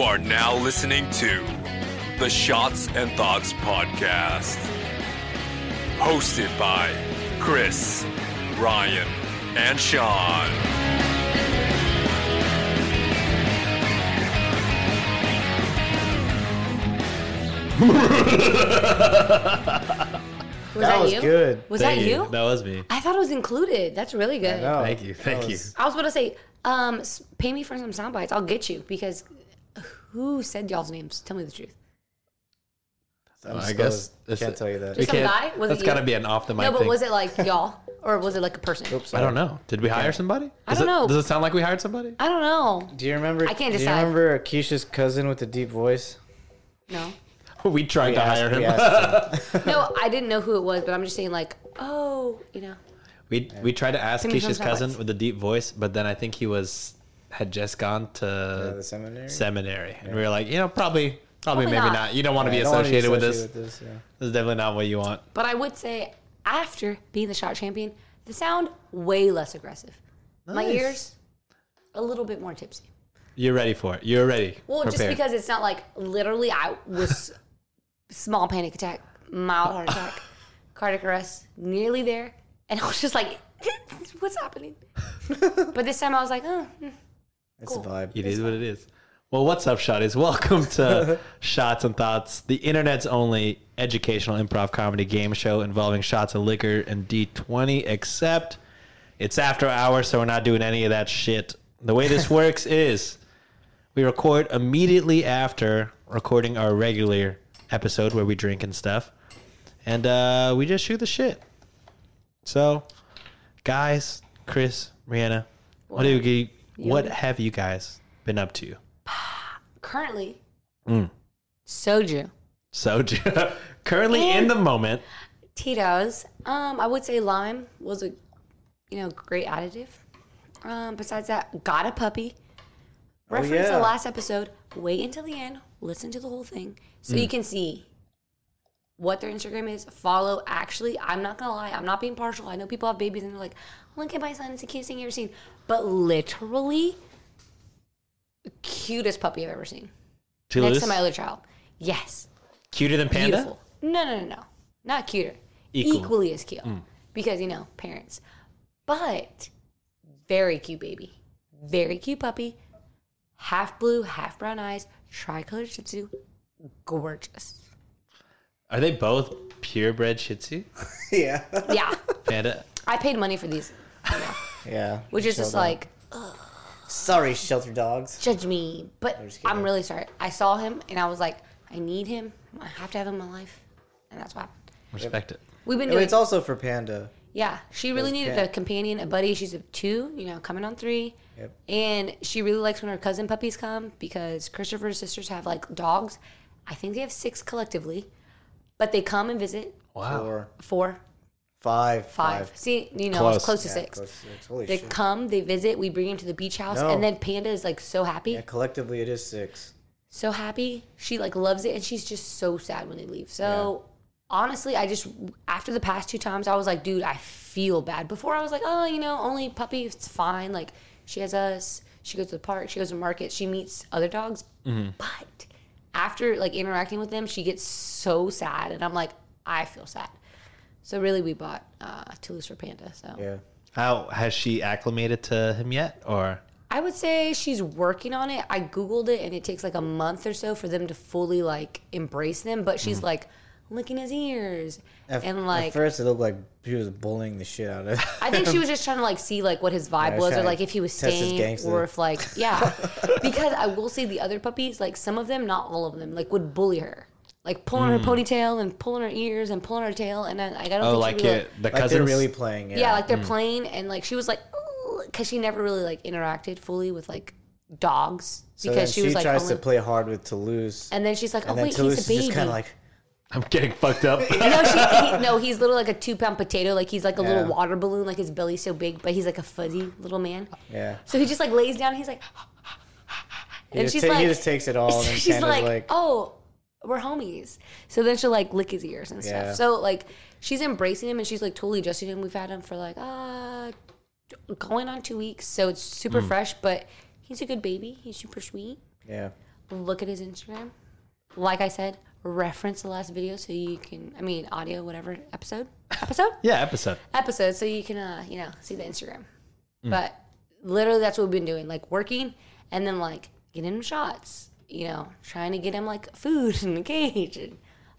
are now listening to the Shots and Thoughts Podcast, hosted by Chris, Ryan, and Sean. Was That was you? good. Was Thank that you? That was me. I thought it was included. That's really good. I, No, Thank you. Oh, that Thank you. was- was about to say, um, s- pay me for some sound bites. I'll get you because who said y'all's names? Tell me the truth. I'm I still- guess it's- can't tell you that. we Some can't- guy? Was it that's you? got to be an off the mic no, but thing. was it like y'all or was it like a person? Oops, I don't know. Did we hire somebody? I Is don't it- know. Does it sound like we hired somebody? I don't know. Do you remember? I can't do decide. you remember Keisha's cousin with the deep voice? No, We tried We to asked- hire we him. asked him. no, I didn't know who it was, but I'm just saying like, oh, you know, We we tried to ask Give me some Keisha's cousin soundbites. with a deep voice, but then I think he was had just gone to Yeah, the seminary? seminary, and we were like, you know, probably, probably, Probably maybe not. not. You don't want to I be don't wanna be associated with this. associated with this, yeah. This is definitely not what you want. but I would say after being the shot champion, the sound way less aggressive. My Nice. ears a little bit more tipsy. You're ready for it. You're ready. Well, just Prepared. because it's not like literally, I was small panic attack, mild heart attack, cardiac arrest, nearly there, and I was just like, "What's happening?" but this time I was like, "Oh, mm, It's Cool. a vibe. It is what it is. Well, what's up, Shotties? Welcome to Shots and Thoughts, the internet's only educational improv comedy game show involving shots of liquor and D20, except it's after hours, so we're not doing any of that shit. The way this works is we record immediately after recording our regular episode where we drink and stuff, and uh, we just shoot the shit. So, guys, Chris, Rihanna, what, do you, what have you guys been up to? currently, soju, So currently Eh. in the moment, Tito's. Um, I would say lime was a, you know, great additive. Um, besides that, got a puppy. Reference yeah. the last episode. Wait until the end. Listen to the whole thing so you can see what their Instagram is. Follow. Actually, I'm not gonna lie. I'm not being partial. I know people have babies and they're like, "Oh, "Look at my son. It's the cutest thing you've ever seen." But literally, the cutest puppy I've ever seen. Next Toulouse, to my other child. Yes cuter than Panda. beautiful. No, no, no, no. Not cuter. Equal. Mm. Equally as cute. Because, you know, parents. But very cute baby. Very cute puppy. Half blue, half brown eyes, tricolored shih tzu. Gorgeous. Are they both purebred Shih Tzu? Yeah. Yeah. Panda. I paid money for these, yeah. which is just Shelter. like, sorry, shelter dogs. judge me. But just kidding. I'm really sorry. I saw him and I was like, I need him. I have to have him in my life. And that's what happened. Respect it. We've been I mean, doing it's also for Panda. Yeah, she really Those needed cat- a companion, a buddy. She's a two, you know, coming on three. Yep. And she really likes when her cousin puppies come because Christopher's sisters have like dogs. I think they have six collectively, but they come and visit Wow. Four, four, five, five. five. See, you know, I was close Close. to Yeah, six. close to six. Holy They shit. come, they visit, we bring them to the beach house, No. and then Panda is like so happy, Yeah, collectively, it is six. so happy. She like loves it, and she's just so sad when they leave. So honestly, I just after the past two times, I was like, dude, I feel bad. Before I was like, oh, you know, only puppy, it's fine. Like she has us. She goes to the park. She goes to market. She meets other dogs. But after like interacting with them, she gets so sad, and I'm like, I feel sad. So really, we bought uh, Toulouse for Panda. So Yeah. How has she acclimated to him yet? Or I would say she's working on it. I googled it, and it takes like a month or so for them to fully like embrace them. But she's like licking his ears, At, and like at Mm-hmm. first, it looked like she was bullying the shit out of. I think she was just trying to like see like what his vibe Yeah, was, or trying like to if he was test his staying, gangster. or if like yeah. because I will say the other puppies, like some of them, not all of them, like would bully her, like pulling Hmm. her ponytail and pulling her ears and pulling her tail, and I, I don't oh, think like she really, it, the like cousins. they're really playing. Yeah. yeah, like they're playing and like she was like because she never really like interacted fully with like dogs so because she then was like tries only, to play hard with Toulouse, and then she's like oh and then wait Toulouse he's a is baby just kind of like, I'm getting fucked up. no, she, he, no, he's literally like a two pound potato. Like he's like a Yeah. little water balloon. Like his belly's so big, but he's like a fuzzy little man. yeah. So he just like lays down. and He's like, He, and just she's ta- like, he just takes it all, and then she's Panda's like, like, oh, we're homies. So then she'll like lick his ears and Yeah. stuff. So like she's embracing him and she's like totally adjusting him. We've had him for like uh Mm. going on two weeks, so it's super fresh. But he's a good baby. He's super sweet. yeah. look at his Instagram. Like I said, reference the last video so you can, I mean, audio, whatever episode, episode, Yeah, episode. episode, so you can, uh, you know, see the Instagram. Mm. But literally, that's what we've been doing, like working and then like getting him shots, you know, trying to get him like food and a cage and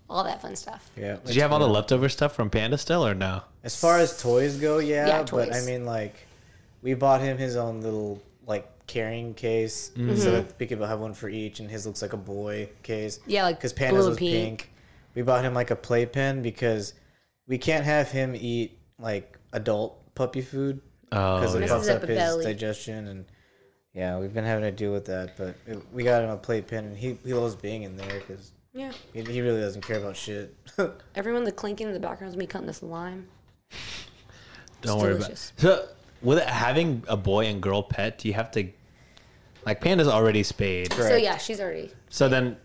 all that fun stuff. Yeah. Did you have all the leftover stuff from Panda still or no? As far as toys go, yeah, Yeah, but I toys. mean, like, we bought him his own little like carrying case, so that we could have one for each, and his looks like a boy case. Yeah, like because blue pandas and was pink. pink. We bought him like a playpen because we can't have him eat like adult puppy food because Oh, it yeah. fucks Messes up up the his belly. digestion and. Yeah, we've been having to deal with that, but it, we got him a playpen, and he, he loves being in there because Yeah. he, he really doesn't care about shit. Everyone, the clinking in the background is me cutting this lime. Don't It's worry delicious. about it. So, with it- having a boy and girl pet, do you have to, like, Panda's already spayed. So Right. yeah, she's already. So then,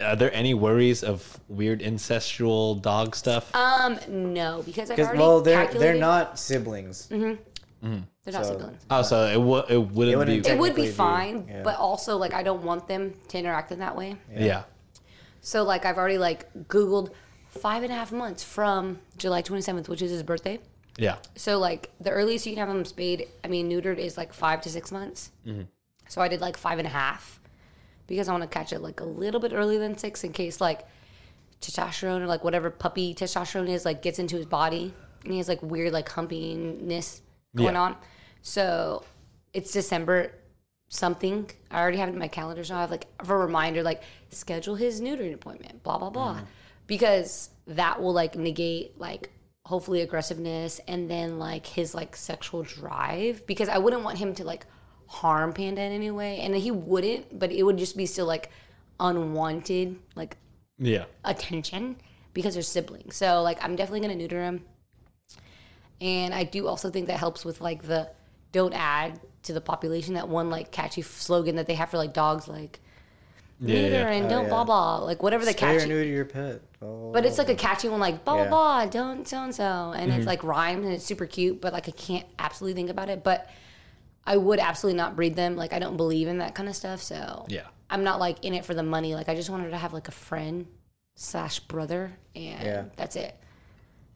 are there any worries of weird incestual dog stuff? Um, no, because I've Because already well, they're they're calculated- Mm-hmm. not siblings. They're not so- siblings. oh, so it, w- it wouldn't wouldn't be. take- It would technically be be- fine, yeah. but also like I don't want them to interact in that way. yeah. So like I've already like Googled five and a half months from July 27th, which is his birthday. Yeah. So like the earliest you can have them spayed, I mean neutered is like five to six months. So I did like five and a half because I want to catch it like a little bit earlier than six in case like testosterone or like whatever puppy testosterone is like gets into his body and he has like weird like humpiness going Yeah. on. So it's December something. I already have it in my calendar, so I have like a reminder like schedule his neutering appointment, blah blah blah, because that will like negate like hopefully aggressiveness and then like his like sexual drive because I wouldn't want him to like harm panda in any way and he wouldn't but it would just be still like unwanted like Yeah. attention because they're siblings. So like I'm definitely gonna neuter him. And I do also think that helps with like the don't add to the population that one like catchy f- slogan that they have for like dogs like Yeah, neuter yeah. and Oh, don't yeah. blah blah like whatever the Spay or catchy. neuter your pet. Oh. But it's like a catchy one like blah Yeah. Mm-hmm. blah blah don't so and so and it's like rhymes and it's super cute but like I can't absolutely think about it but I would absolutely not breed them like I don't believe in that kind of stuff so Yeah. I'm not like in it for the money. Like I just wanted to have like a friend slash brother, and Yeah. that's it.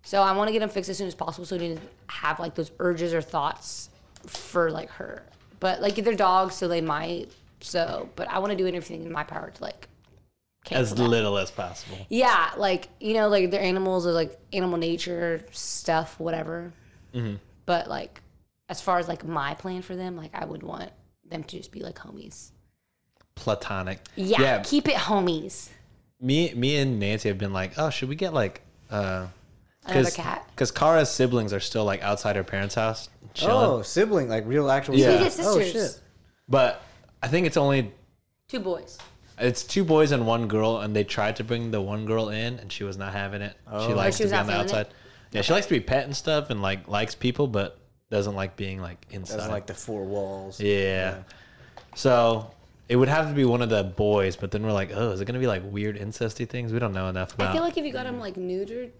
So I want to get him fixed as soon as possible, so he doesn't have like those urges or thoughts for like her. But like they're dogs, so they might. So, but I want to do everything in my power to like. As cancel that. little as possible. Yeah, like you know, like they're animals or like animal nature stuff, whatever. But like, as far as like my plan for them, like I would want them to just be like homies. Platonic. Yeah, keep it homies. me me and Nancy have been like, oh, should we get like uh Another cat? Because Kara's siblings are still like outside her parents' house chilling. oh sibling, like real actual. Yeah. sibling. He did Oh sisters. shit. But I think it's only Two boys. it's two boys and one girl, and they tried to bring the one girl in, and she was not having it. She Oh. likes she to was be not on the feeling it? outside. Yeah, she likes to be pet and stuff, and like likes people, but doesn't like being like That's inside. like the four walls. yeah. So it would have to be one of the boys, but then we're like, oh, is it gonna be like weird incesty things? We don't know enough about. I feel like if you got them like neutered,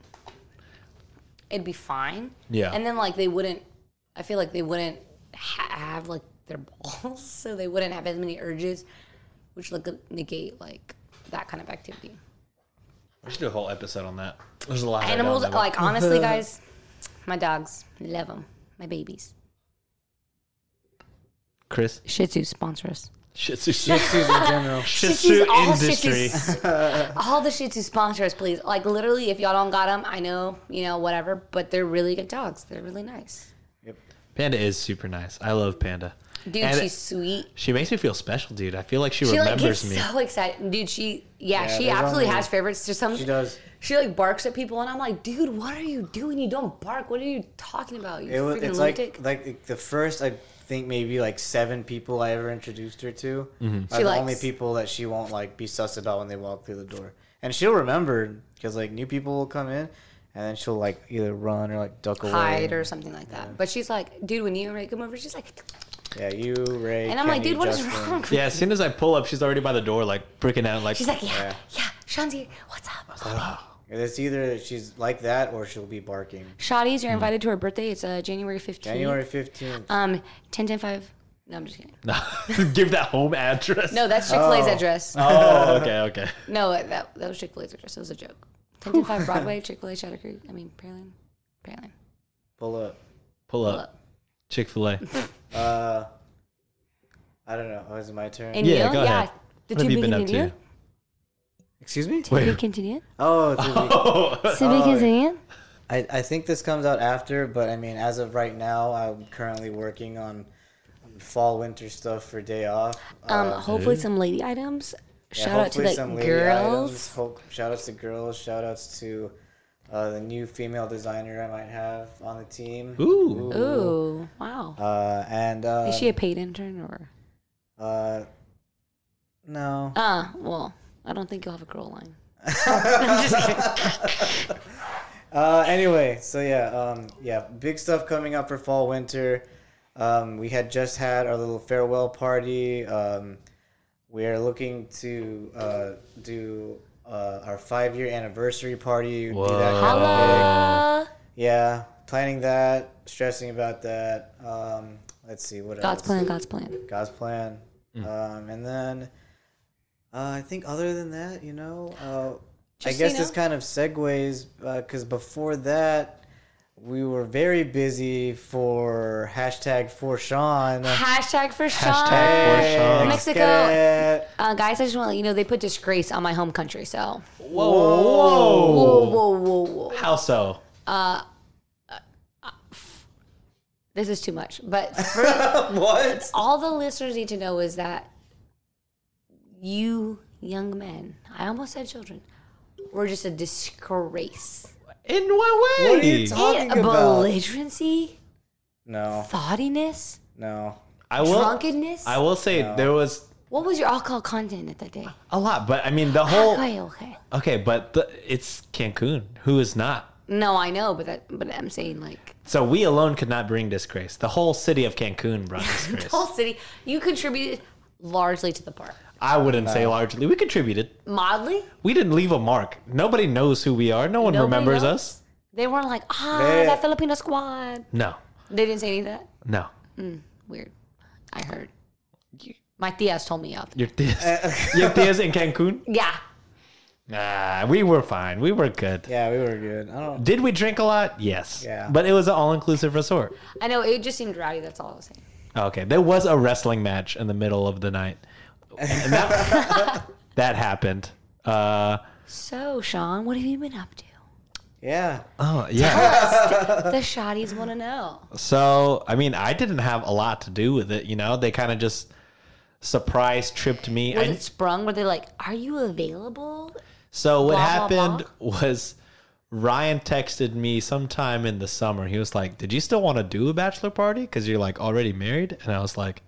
it'd be fine. Yeah. And then like they wouldn't. I feel like they wouldn't ha- have like their balls, so they wouldn't have as many urges, which like negate like that kind of activity. we should do a whole episode on that. There's a lot. I don't Animals, know about. like honestly, guys, my dogs love them. My babies. Chris. Shih Tzu sponsor us. Shih Tzu. Shih Sisters in general. Tzu all Shih industry. Tzus- all the Shih Tzu sponsors, please. Like literally, if y'all don't got them, I know, you know, whatever. But they're really good dogs. They're really nice. Panda is super nice. I love Panda. Dude, And she's sweet. she makes me feel special, dude. I feel like she, She like remembers gets me. so excited, dude. She yeah, Yeah, she there's absolutely only- has favorites. There's some She does. She like barks at people, and I'm like, dude, what are you doing? You don't bark. What are you talking about? You It was. freaking It's lunatic. like like the first I think maybe like seven people I ever introduced her to are She the likes. only people that she won't like be sus at all when they walk through the door, and she'll remember because like new people will come in, and then she'll like either run or like duck away. hide or something like that. But she's like, dude, when you and Ray come over, she's like, Yeah, you Ray. and I'm like, Kenny, dude, what is Justin. wrong? yeah, as soon as I pull up, she's already by the door, like freaking out, like She's like, yeah, yeah, Yeah. Sean's here. What's up? It's either she's like that or she'll be barking. Hmm. Shotties, you're invited to her birthday. It's uh, January 15th. January fifteenth. Um, 10, 10, 5. No, I'm just kidding. Give that home address. No, that's Chick Fil A's address. Oh, okay, okay. No, that that was Chick Fil A's address. It was a joke. 1025 Broadway, Chick Fil A, Shadow Creek. I mean, Pearland, Pearland. Pull up. Pull up. Chick Fil A. Uh, I don't know. Oh, is it my turn? And Yeah, you? go yeah. ahead. The What have two you big been up continue. to? Excuse me. Did we Wait. continue? Oh, it's a week. To be continued? I, I think this comes out after, but I mean, as of right now, I'm currently working on fall winter stuff for day off. Um, hopefully some lady items. Yeah, Shout out to hopefully the some lady items. girls. Hope, shout outs to girls. Shout outs to uh, the new female designer I might have on the team. Ooh. Ooh, wow. Uh, and uh, Is she a paid intern or? uh, no, Ah, well, I don't think you'll have a girl line. Uh, anyway, so yeah, um, yeah, big stuff coming up for fall winter. Um, we had just had our little farewell party. Um, we are looking to uh, do uh, our five year anniversary party. Do that Whoa. kind of thing. Holla! Yeah, planning that, stressing about that. Um, let's see what God's else. plan, God's plan. God's plan. Um, and then uh, I think other than that, you know, uh, I Just, guess you this know. kind of segues because before that we were very busy for hashtag for Sean. Hashtag for Sean. Hashtag for Sean. Mexico. Mexico. Uh, guys, I just want to let you know they put disgrace on my home country. So, Whoa, whoa, whoa, whoa, whoa, whoa. How so? This is too much. But for, What? all the listeners need to know is that you young men, I almost said children, were just a disgrace. In what way? What are you talking about? belligerency, No, thoughtiness, no. I will. drunkenness. I will say there was what was your alcohol content at that day? a lot, but I mean the whole. okay, okay. Okay, but the, it's Cancun. Who is not? No, I know, but that, but I'm saying like So we alone could not bring disgrace. The whole city of Cancun brought the disgrace. whole city. You contributed largely to the park, I wouldn't say largely. We contributed. mildly. We didn't leave a mark. Nobody knows who we are. No one Nobody remembers knows? us. They weren't like ah They- that Filipino squad. No, They didn't say any of that. no. Weird. I heard. My tias told me out. Your tias, Uh, your tias in Cancun. Yeah. Nah, we were fine. We were good. Yeah, we were good. I don't. Did we drink a lot? Yes. Yeah. But it was an all-inclusive resort. I know it just seemed rowdy. That's all I was saying. Okay, there was a wrestling match in the middle of the night, and that, that happened. Uh, So Sean, what have you been up to? Yeah. oh yeah. The shotties want to know. so I mean, I didn't have a lot to do with it. You know, they kind of just surprise tripped me. Was I- it sprung? Were they like, "Are you available?" So what Blah, blah, blah. happened was Ryan texted me sometime in the summer. He was like, "Did you still want to do a bachelor party? Because you're like already married." And I was like,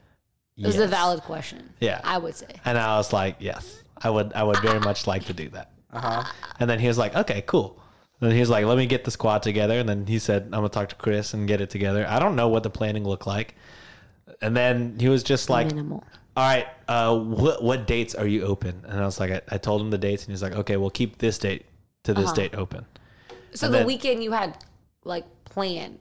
It was a "Yes." valid question. Yeah. I would say. And I was like, "Yes, I would. I would very much like to do that." Uh-huh. Uh huh. And then he was like, "Okay, cool." And then he was like, "Let me get the squad together." And then he said, "I'm gonna talk to Chris and get it together." I don't know what the planning looked like. And then he was just like, Minimal. all right, uh, what what dates are you open? And I was like, I, I told him the dates, and he's like, okay, we'll keep this date to Uh-huh. this date open. So And the then- weekend you had like planned,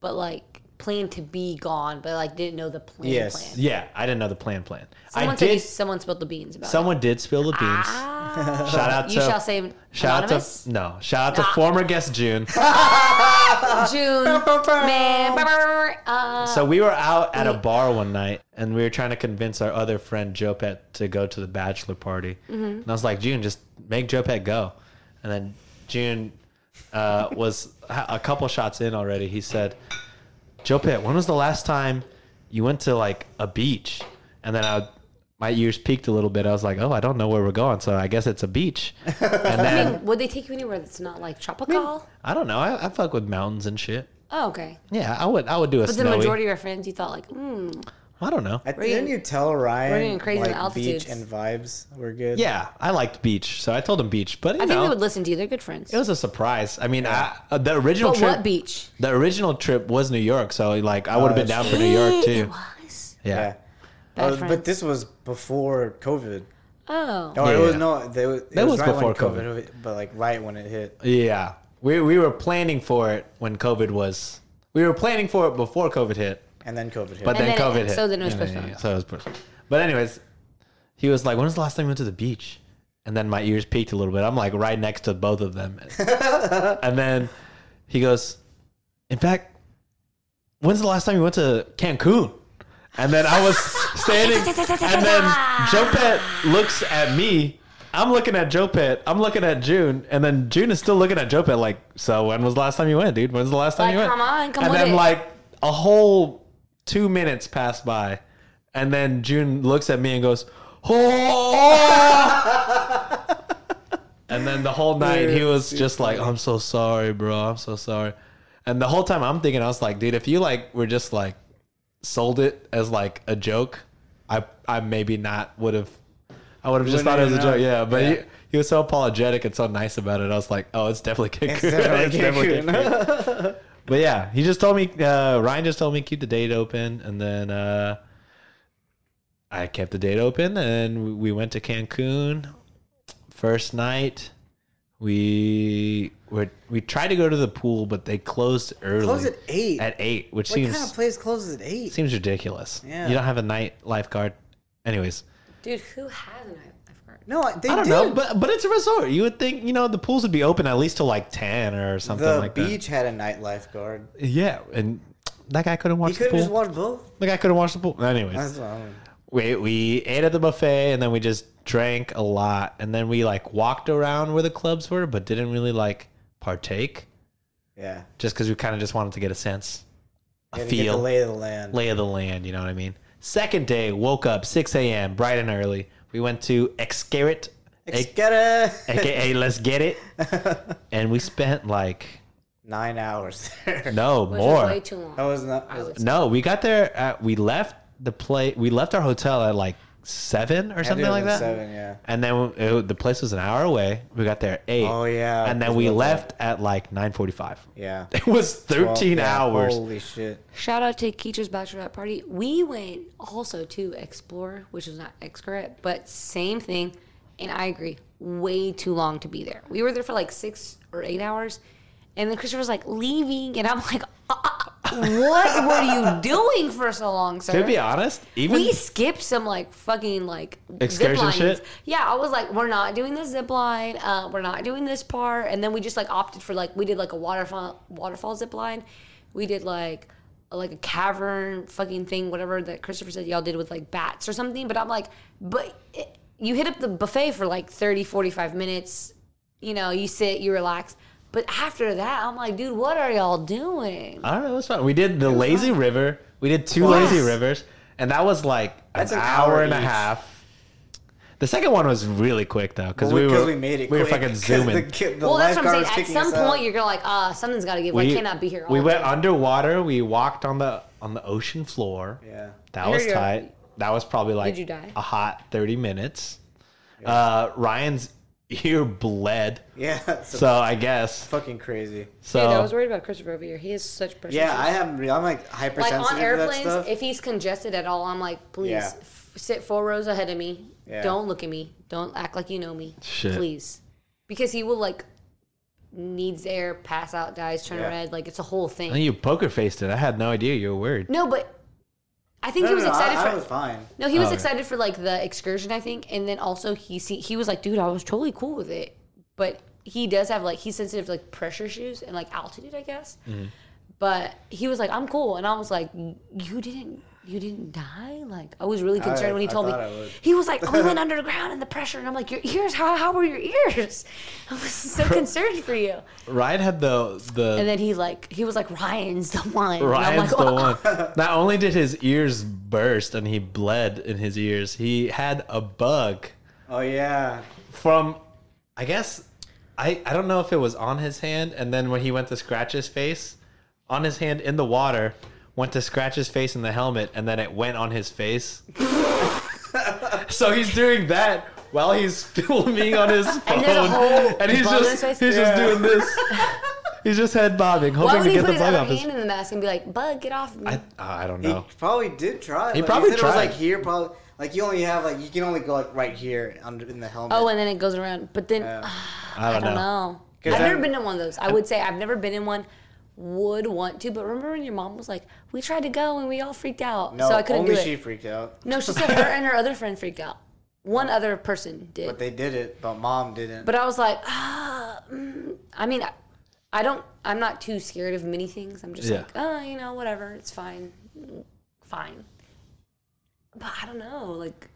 but like planned to be gone, but like didn't know the plan. Yes. Plan. Yeah, I didn't know the plan. Plan. Someone I said you, did. someone spilled the beans about it. Someone did spill the beans. Ah, Shout out to you shall say shout anonymous. out to no shout out to Ah. former guest June. Ah. June. man. brr, brr, brr. Uh, so we were out at a bar one night, and we were trying to convince our other friend Jopet to go to the bachelor party. Mm-hmm. And I was like, June, just make Jopet go. And then June uh, was ha- a couple shots in already. He said. Joe Pitt, when was the last time you went to like a beach? And then I, my ears peaked a little bit. I was like, oh, I don't know where we're going, so I guess it's a beach. And then would they take you anywhere that's not like tropical? I don't know. I, I fuck with mountains and shit. Oh, okay. Yeah, I would. I would do a But the snowy. majority of your friends, you thought like, hmm, I don't know. I, didn't getting- you tell Ryan we're getting crazy in like beach altitudes. and vibes were good? Yeah, I liked beach, so I told him beach. But you I think know, they would listen to you. They're good friends. it was a surprise. I mean, I, uh, the original but trip. what beach? Oh, The original trip was New York, so like I would have been down that's for New York It too. was. Yeah. Yeah. Bad Oh, friends. but this was before COVID. Oh. Or it was Yeah. no, they, it That was, was right before when COVID, hit, but like right when it hit. Yeah. We, we were planning for it when COVID was. We were planning for it before COVID hit, And then COVID hit. But And then, then it- COVID hit. so then it was And postponed. so it was postponed. But anyways, he was like, "When was the last time you went to the beach?" And then my ears peaked a little bit. I'm like right next to both of them. and then he goes, "In fact, when's the last time you went to Cancun?" And then I was standing, and then Joe Pet looks at me. I'm looking at Joe Pet. I'm looking at June, and then June is still looking at Joe Pet. Like, so when was the last time you went, dude? When's the last time Like, you went? come on, come and with then it. like a whole two minutes passed by, and then June looks at me and goes, "Oh!" and then the whole night he was just like, "I'm so sorry, bro. I'm so sorry." And the whole time I'm thinking, I was like, "Dude, if you like were just like sold it as like a joke, I I maybe not would have. I would have just Wouldn't thought it was a even know. joke. Yeah, but He, Yeah. he was so apologetic and so nice about it. I was like, oh, it's definitely Cancun. It's definitely definitely Cancun. Cancun. but yeah, he just told me. Uh, Ryan just told me keep the date open, and then uh, I kept the date open, and we- we went to Cancun. First night, we were we tried to go to the pool, but they closed early. Close at eight. At eight, which what seems kind of place closes at eight? Seems ridiculous. Yeah. You don't have a night lifeguard. Anyways, Dude, who has an eye? I forgot. no, they I don't did. know, but but it's a resort. You would think you know the pools would be open at least till like ten or something the like beach had a night lifeguard. that. Yeah, and that guy couldn't He watch the could have pool. just watched both. the guy couldn't watch the pool. That's Anyways, what I'm- we we ate at the buffet and then we just drank a lot and then we like walked around where the clubs were, but didn't really like partake yeah. just because we kind of just wanted to get a sense, a You had to get the feel. lay of the land. lay of the land. You know what I mean? Second day, woke up 6 a.m. bright and early. We went to Excarit, a- Excada. aka Let's Get It, and we spent like Nine hours there. no Which was way more. too long. That was not. I would say. No, we got there. At, we left the play. We left our hotel at like seven or something have like been that. seven, yeah. And then it, the place was an hour away. We got there at eight. Oh, yeah, And then that's we what I left at like nine forty-five. Yeah. It was Well, thirteen yeah, hours. Holy shit. Shout out to Keecher's Bachelorette Party. We went also to Explore, which was not Excaret, but same thing. And I agree, way too long to be there. We were there for like six or eight hours. And then Christopher was like, leaving. And I'm like, uh, uh, what were you doing for so long, sir? To be honest, even we skipped some like fucking like Excursion zip lines. shit? Yeah, I was like, we're not doing the zip line. Uh, we're not doing this part. And then we just like opted for like we did like a waterfall waterfall zip line. We did like a- like a cavern fucking thing, whatever that Christopher said y'all did with like bats or something. But I'm like, but it, you hit up the buffet for like 30, 45 minutes. You know, you sit, you relax. But after that, I'm like, dude, what are y'all doing? I don't know. It was fun. We did the lazy river. We did two Yes. lazy rivers, and that was like That's an, an hour, hour and a each. half. The second one was really quick though, because Well, we were we made it. we were quick, fucking 'cause zooming. The, kid- the well, that's what I'm saying. At lifeguard was some kicking us point, out. you're gonna like, ah, something's got to give. I cannot be here. All we went day. underwater. We walked on the on the ocean floor. Yeah. that I was heard you. tight. That was probably like Did you die? a hot thirty minutes. Uh, Ryan's ear bled, Yeah. That's so I guess fucking crazy. so. Dude, I was worried about Christopher over here. He is such pressure. Yeah, I have. I'm like like hypersensitive on to that stuff. airplanes. If he's congested at all, I'm like, please Yeah. f- sit four rows ahead of me. Yeah. Don't look at me. Don't act like you know me. Shit. Please, because he will like needs air, pass out, dies, turn Yeah. red. Like it's a whole thing. you poker faced it. I had no idea you were worried. no, but I think no, he no, was no, excited I, for. I was fine. No, he was Oh, yeah. excited for like the excursion, I think, and then also he see, he was like, dude, I was totally cool with it, but he does have like he's sensitive to like pressure issues and like altitude, I guess. Mm-hmm. But he was like, I'm cool, and I was like, you didn't. You didn't die? Like I was really concerned when he I told thought I me would. he was like, "We went underground and the pressure," and I'm like, "Your ears? How how were your ears?" I was so concerned for you. Ryan had the the And then he like he was like, "Ryan's the one." And I'm Ryan's like, the one. Not only did his ears burst and he bled in his ears, he had a bug Oh yeah, from, I guess, I, I don't know if it was on his hand. And then when he went to scratch his face, on his hand in the water, went to scratch his face in the helmet, and then it went on his face. so he's doing that while he's filming on his phone, And there's a whole he's bug on just his face? he's just Yeah. doing this. He's just head bobbing, Why hoping would to he get put the his bug other off his. hand in the mask and be like, "Bug, get off me"? I, I don't he know. probably did try. He Oh. probably It was tried. like here, probably like you only have like you can only go like right here under in the helmet. Oh, and then it goes around. But then Yeah. ah, I I don't don't know. know. 'Cause I've I'm- never been in one of those. I would say I've never been in one would want to, but remember when your mom was like, "We tried to go and we all freaked out, No, so I couldn't only do it." she freaked out. No, she said her and her other friend freaked out. One other person did. But they did it, but mom didn't. But I was like, ah, mm. I mean, I, I don't, I'm not too scared of many things. I'm just Yeah. like, oh, you know, whatever, it's fine, Mm, fine. But I don't know, like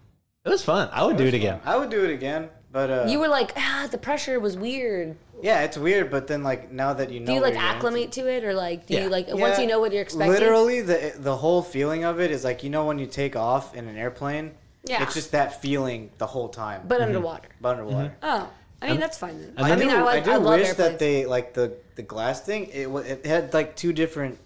It was fun. I would do it again. I would do it again. But uh, you were like, ah, the pressure was weird. yeah, it's weird. But then like now that you know, Do you what like you're into- acclimate to it, or like, do Yeah. you like once Yeah, you know what you're expecting? Literally, the the whole feeling of it is like you know when you take off in an airplane. Yeah. It's just that feeling the whole time. but underwater. underwater. Oh, I mean, that's fine then. Mm-hmm. I I, mean, do, I, I, like, do I love wish that airplanes. they like the the glass thing. It wa- it had like two different.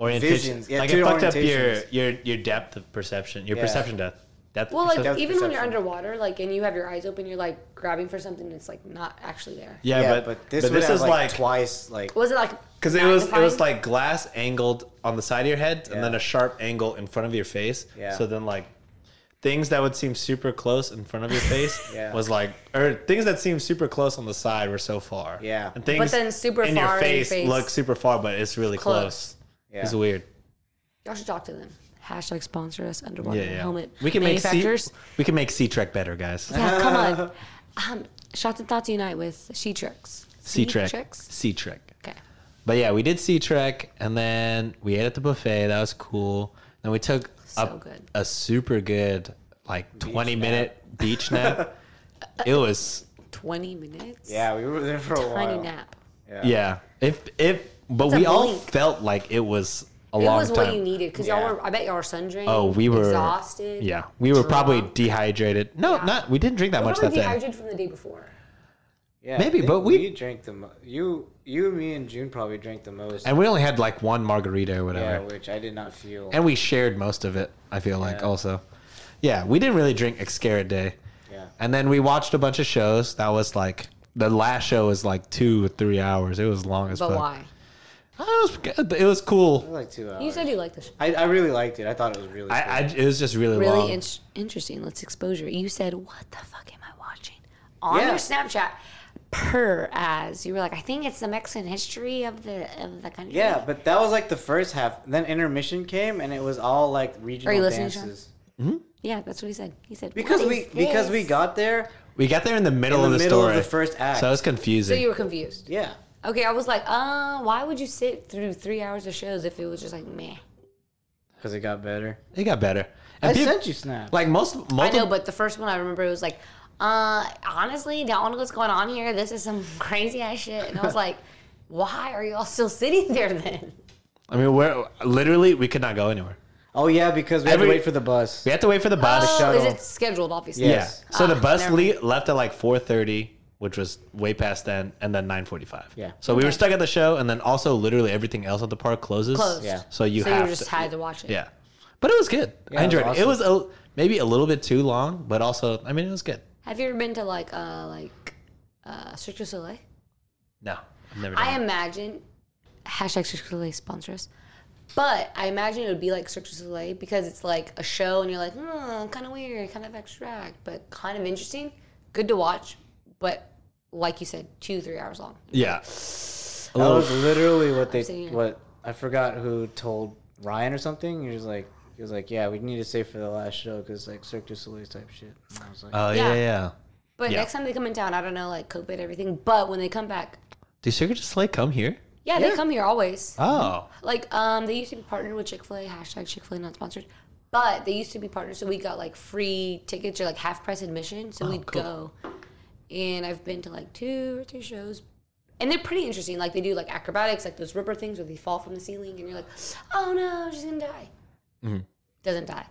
Orientation. Visions. Yeah, like two it fucked up your, orientations. your your depth of perception, your Yeah. perception depth. Depth Well, of like perception. even when you're perception. underwater, like and you have your eyes open, you're like grabbing for something that's like not actually there. yeah, Yeah, but, but this, would have, is like, like twice like. Was it like because it was it was magnifying? like glass angled on the side of your head and then Yeah. a sharp angle in front of your face. Yeah. So then like things that would seem super close in front of your face Yeah. was like or things that seemed super close on the side were so far. Yeah. And things then super in far your in your face, face. look super far, but it's really Close. close. Yeah. It's weird. Y'all should talk to them. Hashtag sponsor us underwater Yeah, yeah. helmet. we can make C, manufacturers. we can make Sea Trek better, guys. yeah, come on. Um, shots and thoughts unite with She Tricks. Sea Trek. Sea Trek. Okay. But yeah, we did Sea Trek, and then we ate at the buffet. That was cool. Then we took So a, good. a super good like twenty minute beach nap. it was Twenty minutes. yeah, we were there for a Tiny while. nap. yeah. If if but a we all blink. felt like it was a It long was time. what you needed because Yeah. y'all were. I bet y'all were sun drained. Oh, we were exhausted. Yeah, we were probably drunk. dehydrated. No, not we didn't drink that We much were that day. dehydrated from the day before. Yeah, Maybe, I think but we- drank the mo- you you me and June probably drank the most. And we only had like one margarita or yeah, whatever, which I did not feel. and we shared most of it. I feel like Yeah. also, yeah, we didn't really drink Xcaret Day. yeah, And then we watched a bunch of shows. That was like the last show was like two or three hours. It was long as But fuck. why? I was good, but it was cool. like two hours. You said you liked the show. I, I really liked it. I thought it was really. I, cool. I it was just really, long. Really in- interesting. Let's exposure. You said, "What the fuck am I watching?" On Yeah. your Snapchat, per as you were like, "I think it's the Mexican history of the of the country." Yeah, but that was like the first half. Then intermission came, and it was all like regional you listening, dances. yeah, that's what he said. He said Because "What we is because we this?" got there we got there in the middle in the of the middle story, of the first act. so it was So confusing. you were confused. yeah, Okay, I was like, uh, why would you sit through three hours of shows if it was just like meh? because it got better. it got better. And I peop- sent you snaps. like most, I multi- know, but the first one I remember it was like, uh, honestly, don't know what's going on here. This is some crazy ass shit, and I was like, why are y'all still sitting there then? I mean, we're literally we could not go anywhere. oh yeah, because we had to Every- wait for the bus. We had to wait for the bus. Oh, is shuttle. it scheduled? Obviously, yeah. yes. So the Ah, bus never le- left at like four thirty, which was way past then, and then nine forty-five. Yeah. So we were stuck at the show, and then also literally everything else at the park closes. Closed. Yeah. So you so have you just to, had to watch it. Yeah, but it was good. I it was enjoyed it. It was, a, maybe a little bit too long, but also I mean it was good. Have you ever been to like uh like uh Cirque du Soleil? No, I've never. Done I it. imagine hashtag Cirque du Soleil sponsor us. But I imagine it would be like Cirque du Soleil because it's like a show and you're like, hmm, kind of weird, kind of abstract, but kind of interesting, good to watch, but like you said, two three hours long. Yeah. A That little- was literally what they seeing it. what I forgot who told Ryan or something. He was like he was like yeah, we need to save for the last show because like Cirque du Soleil type shit. And I was like, oh Yeah. yeah, yeah. But Yeah. next time they come in town, I don't know, like COVID everything. But when they come back, Do Cirque du Soleil come here? yeah, they come here always. Oh, Like, um, they used to be partnered with Chick Fil A. Hashtag Chick Fil A not sponsored, but they used to be partnered, so we got like free tickets or like half price admission, so we'd cool. go. And I've been to like two or three shows, and they're pretty interesting. Like they do like acrobatics, like those ripper things where they fall from the ceiling, and you're like, oh no, she's gonna die. Doesn't die.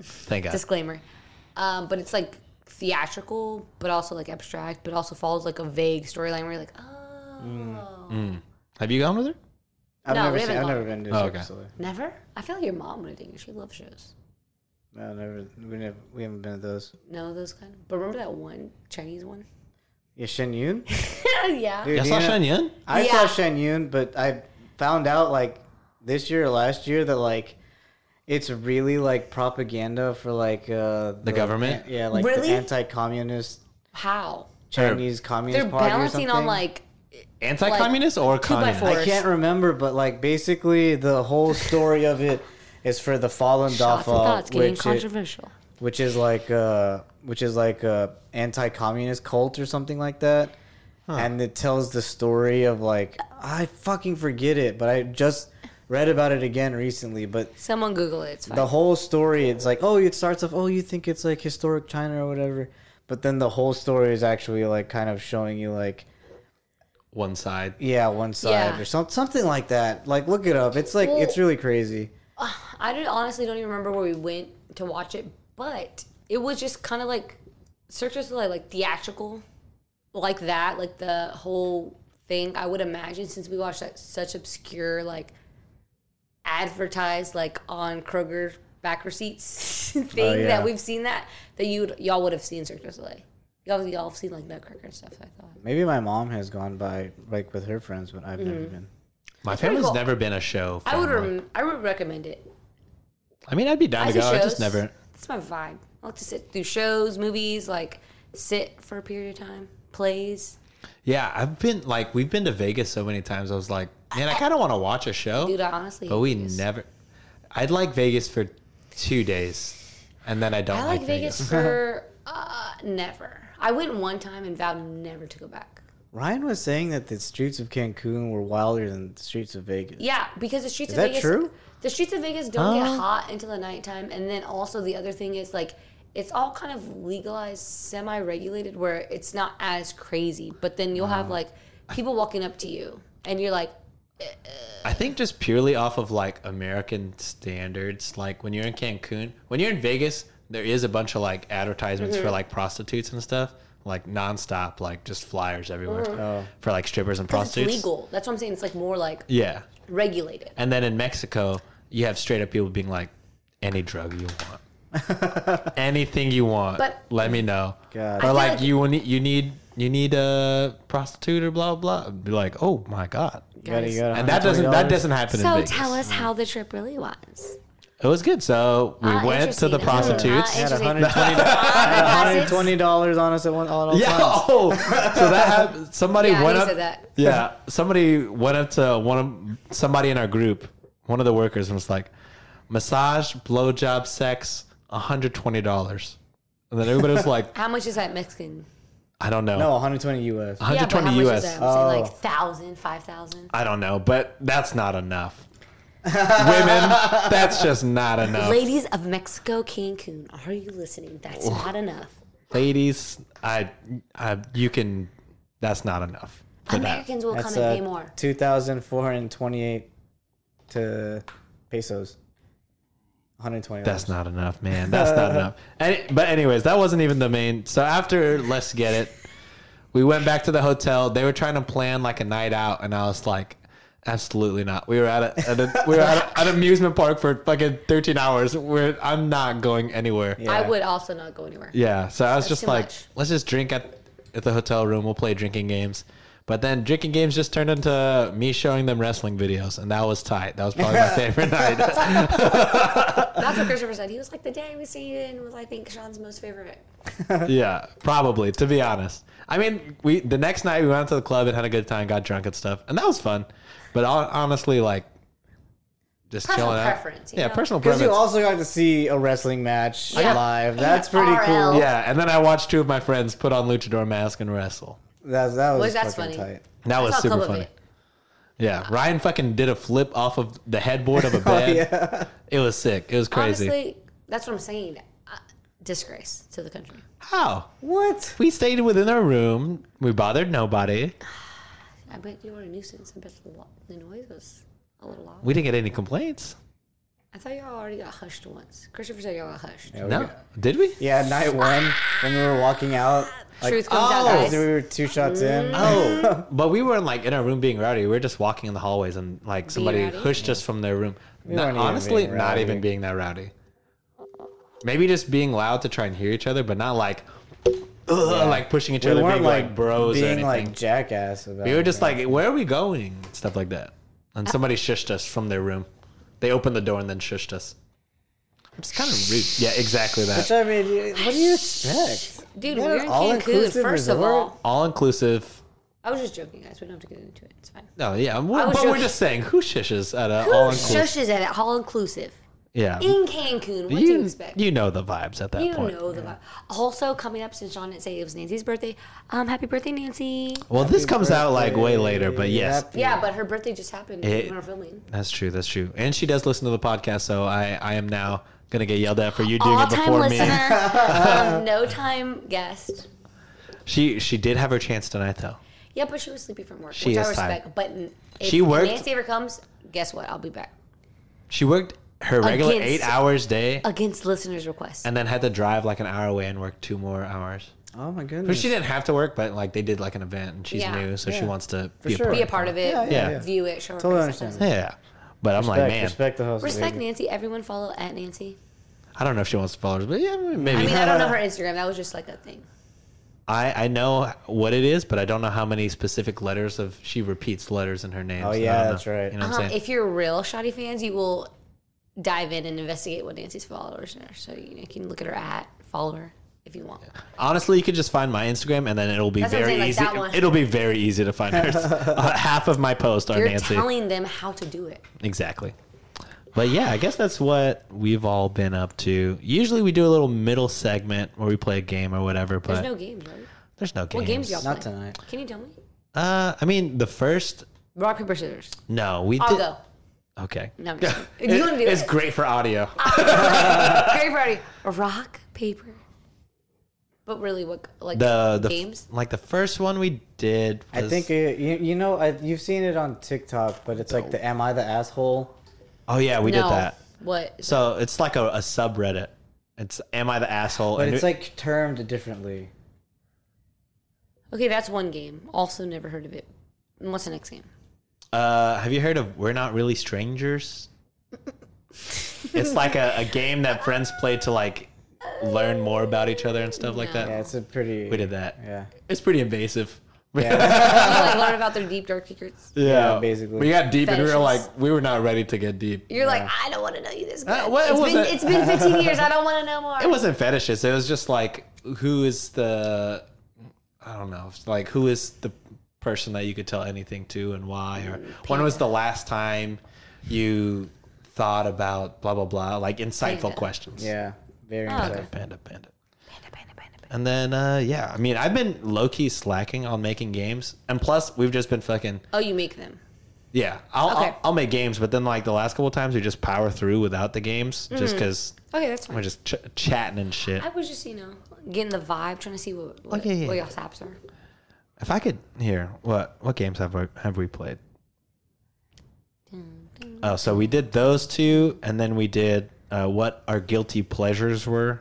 thank God. Disclaimer. Um, but it's like theatrical, but also like abstract, but also follows like a vague storyline where you're like, oh, have you gone with her? I've no, never we seen, haven't I've gone. never been to Oh, Cirque okay. du Soleil. never. I feel like your mom would have taken. you. She loves shows. No, never. We never. We haven't been to those. No, those kind. But remember that one Chinese one? Yeah, Shen Yun. yeah. Dude, I saw Deanna- Shen Yun. I Yeah. saw Shen Yun, but I found out like this year or last year that like it's really like propaganda for like uh, the, government? yeah, like Really? the anti-communist How? Chinese communist They're party or balancing on something. like Anti-communist or two by communist? four. I- I course. can't remember, but like basically the whole story of it is for the fallen Shots and Dafa, thoughts getting which, it- controversial. which is like uh, which is like a anti-communist cult or something like that. And it tells the story of like I fucking forget it, but I just read about it again recently. But Someone Google it. It's fine. the whole story it's like oh it starts off oh you think it's like historic china or whatever but then the whole story is actually like kind of showing you like One side. yeah one side Yeah. or some, something like that like look it up it's like Well- it's really crazy I don't, honestly don't even remember where we went to watch it, but it was just kind of like Cirque du Soleil, like theatrical, like that, like the whole thing. I would imagine since we watched that such obscure, like advertised, like on Kroger back receipts thing yeah. that we've seen that that you would y'all would have seen Cirque du Soleil. Y'all y'all have seen like Nutcracker and stuff. I thought. maybe my mom has gone by like with her friends but i've Mm-hmm. never been My family's cool. never been a show. I would family. rem- I would recommend it. I mean, I'd be down I to see go. Oh I shows. just never. That's my vibe. I like to sit through shows, movies, like sit for a period of time, plays. Yeah, I've been like we've been to Vegas so many times. I was like, man, I kind of want to watch a show, Dude, I honestly. but hate Oh, we Vegas. never. I'd like Vegas for two days, and then I don't I like, like Vegas for uh, never. I went one time and vowed never to go back. ryan was saying that the streets of cancun were wilder than the streets of vegas Yeah, because the streets Is of that Vegas. true? The streets of Vegas don't Huh? get hot until the nighttime, and then also the other thing is like it's all kind of legalized, semi-regulated, where it's not as crazy. But then you'll have like people walking up to you, and you're like, I think just purely off of like American standards, like when you're in Cancun, when you're in Vegas, there is a bunch of like advertisements Mm-hmm. for like prostitutes and stuff, like nonstop, like just flyers everywhere for like strippers and Because prostitutes. Mm-hmm. It's legal. That's what I'm saying. It's like more like Yeah, regulated. and then in Mexico, you have straight up people being like, any drug you want, anything you want, But- let me know. God. I Or feel like, like- you need you need you need a prostitute or blah blah. Be like, oh my god, You gotta- you gotta and that doesn't that $120. doesn't happen. in So Vegas. tell us how the trip really was. It was good. So we Ah, went to interesting. the Mm, prostitutes. ah, had Interesting. 120 Uh, $120 on us at one on all yeah. times. Oh, so that happened. Somebody Yeah, went he up. said that. Yeah. Somebody went up to one of somebody in our group, one of the workers, and was like, "Massage, blowjob, sex, hundred twenty dollars." And then everybody was like, how much is that Mexican? "I don't know, No, 120 US. Yeah, hundred but how twenty much is US." that? I'm saying Oh. like thousand, five thousand. I don't know, but that's not enough. Women, that's just not enough. Ladies of Mexico, Cancun, are you listening? That's not enough. Ladies, I, I, you can. That's not enough. For that. Americans will That's come and uh, pay more. 2,428 to pesos. 120. That's not enough, man. That's not enough. Any, but anyways, that wasn't even the main. So after let's get it, we went back to the hotel. They were trying to plan like a night out, and I was like, absolutely not. We were at a, at a we were at a, an amusement park for fucking thirteen hours. We're, I'm not going anywhere. Yeah. I would also not go anywhere. so I was just too like, much. let's just drink at at the hotel room. We'll play drinking games. But then drinking games just turned into me showing them wrestling videos, and that was tight. That was probably my favorite night. That's what Christopher said. He was like, the day we see you in was, I think, Sean's most favorite. Yeah, probably. To be honest, I mean, we the next night we went out to the club and had a good time, got drunk and stuff, and that was fun. But hon- honestly, like just Personal chilling out. preference, you Yeah, know? personal Because preference. you also got to see a wrestling match Yeah. live. That's pretty cool. RL. yeah, and then I watched two of my friends put on luchador mask and wrestle. That, that was Well, that's fucking funny. tight. That was saw a super clip of funny. it. Yeah, Ryan fucking did a flip off of the headboard Oh, of a bed. It was sick. It was crazy. Honestly, that's what I'm saying. Uh, disgrace to the country. How? What? We stayed within our room. We bothered nobody. I bet you were a nuisance. I bet the, lo- the noise was a little loud. We didn't get any complaints. I thought y'all already got hushed once. Christopher said y'all got hushed. Yeah, we No, got- did we? Yeah, night one, when we were walking out. Like, Truth comes out, oh, guys. Mm-hmm. we were two shots in. Oh, but we weren't like in our room being rowdy. We were just walking in the hallways and like somebody rowdy? pushed us from their room. Not- weren't even honestly, being not rowdy. even being that rowdy. Maybe just being loud to try and hear each other, but not like ugh, like pushing each we other, weren't being like, bros or being anything. like jackass about we were it. just like, where are we going? Stuff like that. Uh, And somebody shushed us from their room. They opened the door and then shushed us. It's kind of rude. Yeah, exactly that. Which, I mean, you- what do you expect? Dude, Yeah, we were in all-inclusive Cancun, first of resort. all. all inclusive I was just joking, guys. We don't have to get into it. It's fine. No, Oh, yeah, we're, I was but we're joking. just saying who shishes at a Who all inclusive. shushes at it? All inclusive Yeah, in Cancun. What do you you expect? you know the vibes at that You point. know the vibe. Also, coming up since John didn't say it was Nancy's birthday, um, happy birthday, Nancy. Well, this comes out like way later, but yes, Happy- Yeah, but her birthday just happened It- when we're filming. that's true. That's true. And she does listen to the podcast, so I I am now gonna get yelled at for you doing All it time before listener, me. um, no time guest. She she did have her chance tonight though. Yeah, but she was sleepy from work, She which I is respect. But n- if She worked- Nancy ever comes, guess what? I'll be back She worked her regular Against- eight hours day, against listeners' requests. and then had to drive like an hour away and work two more hours. Oh my goodness. But she didn't have to work, but like they did like an event, and she's Hmm. Yeah. new, so she Yeah. wants to For be, sure. a be a part of it. Yeah, yeah, yeah. View it. Show her Totally face understand. sometimes. Yeah, but I'm like, respect, man, respect the host. Respect baby. Nancy. Everyone follow at Nancy. I don't know if she wants followers, but yeah, maybe. I mean, I don't know her Instagram. That was just like a thing. I, I know what it is, but I don't know how many specific letters of she repeats letters in her name. Oh, so I yeah, don't that's know. right. You know what Um, I'm saying? if you're real Shoddy fans, you will dive in and investigate what Nancy's followers are. So you, know, you can look at her at, follow her if you want. Honestly, you could just find my Instagram, and then it'll be That's what I'm very saying, like easy. that one. It'll be very easy to find her. Uh, Half of my posts are You're Nancy. telling them how to do it. Exactly. But yeah, I guess that's what we've all been up to. Usually, we do a little middle segment where we play a game or whatever. But There's no games, right? there's no games. What games y'all play? Not tonight. Can you tell me? Uh, I mean, the first. Rock paper scissors. No, we I'll did. go. Okay. No, I'm just kidding. you want to do it's it? great for audio. Great party. Rock paper. But really, what like the the games? like the first one we did. I was- think it, you, you know I, you've seen it on TikTok, but it's like the "Am I the asshole?" Oh yeah, we no. did that. What? So it's like a, a subreddit. It's am I the asshole? But And it's it- like termed differently. Okay, that's one game. Also, never heard of it. And what's the next game? uh, have you heard of We're Not Really Strangers? it's like a, a game that friends play to like learn more about each other and stuff like that. Yeah, it's a pretty. We did that. Yeah. It's pretty invasive. You like learn about their deep dark secrets. Yeah, basically. We got deep and we were Fetishes. like we were not ready to get deep. You're like, I don't want to know you this good. Uh, what- it's what been was it? it's been 15 years. I don't want to know more. It wasn't fetishes. It was just like who is the I don't know, it's like who is the person that you could tell anything to and why or when was the last time you thought about blah blah blah like insightful Panda. questions. Yeah. Very Oh, okay. insightful. Panda panda. Panda, panda, panda, panda. And then uh yeah, I mean I've been low key slacking on making games. And plus we've just been fucking Oh, you make them. yeah, I'll Okay. I'll, I'll make games, but then like the last couple of times we just power through without the games just cuz Mm-hmm. Okay, that's we're fine. just ch- chatting and shit. I was just, you know, getting the vibe, trying to see what, what, Okay, yeah. what y'all's apps are. If I could here, what what games have we have we played? Oh, so we did those two, and then we did uh, what our guilty pleasures were.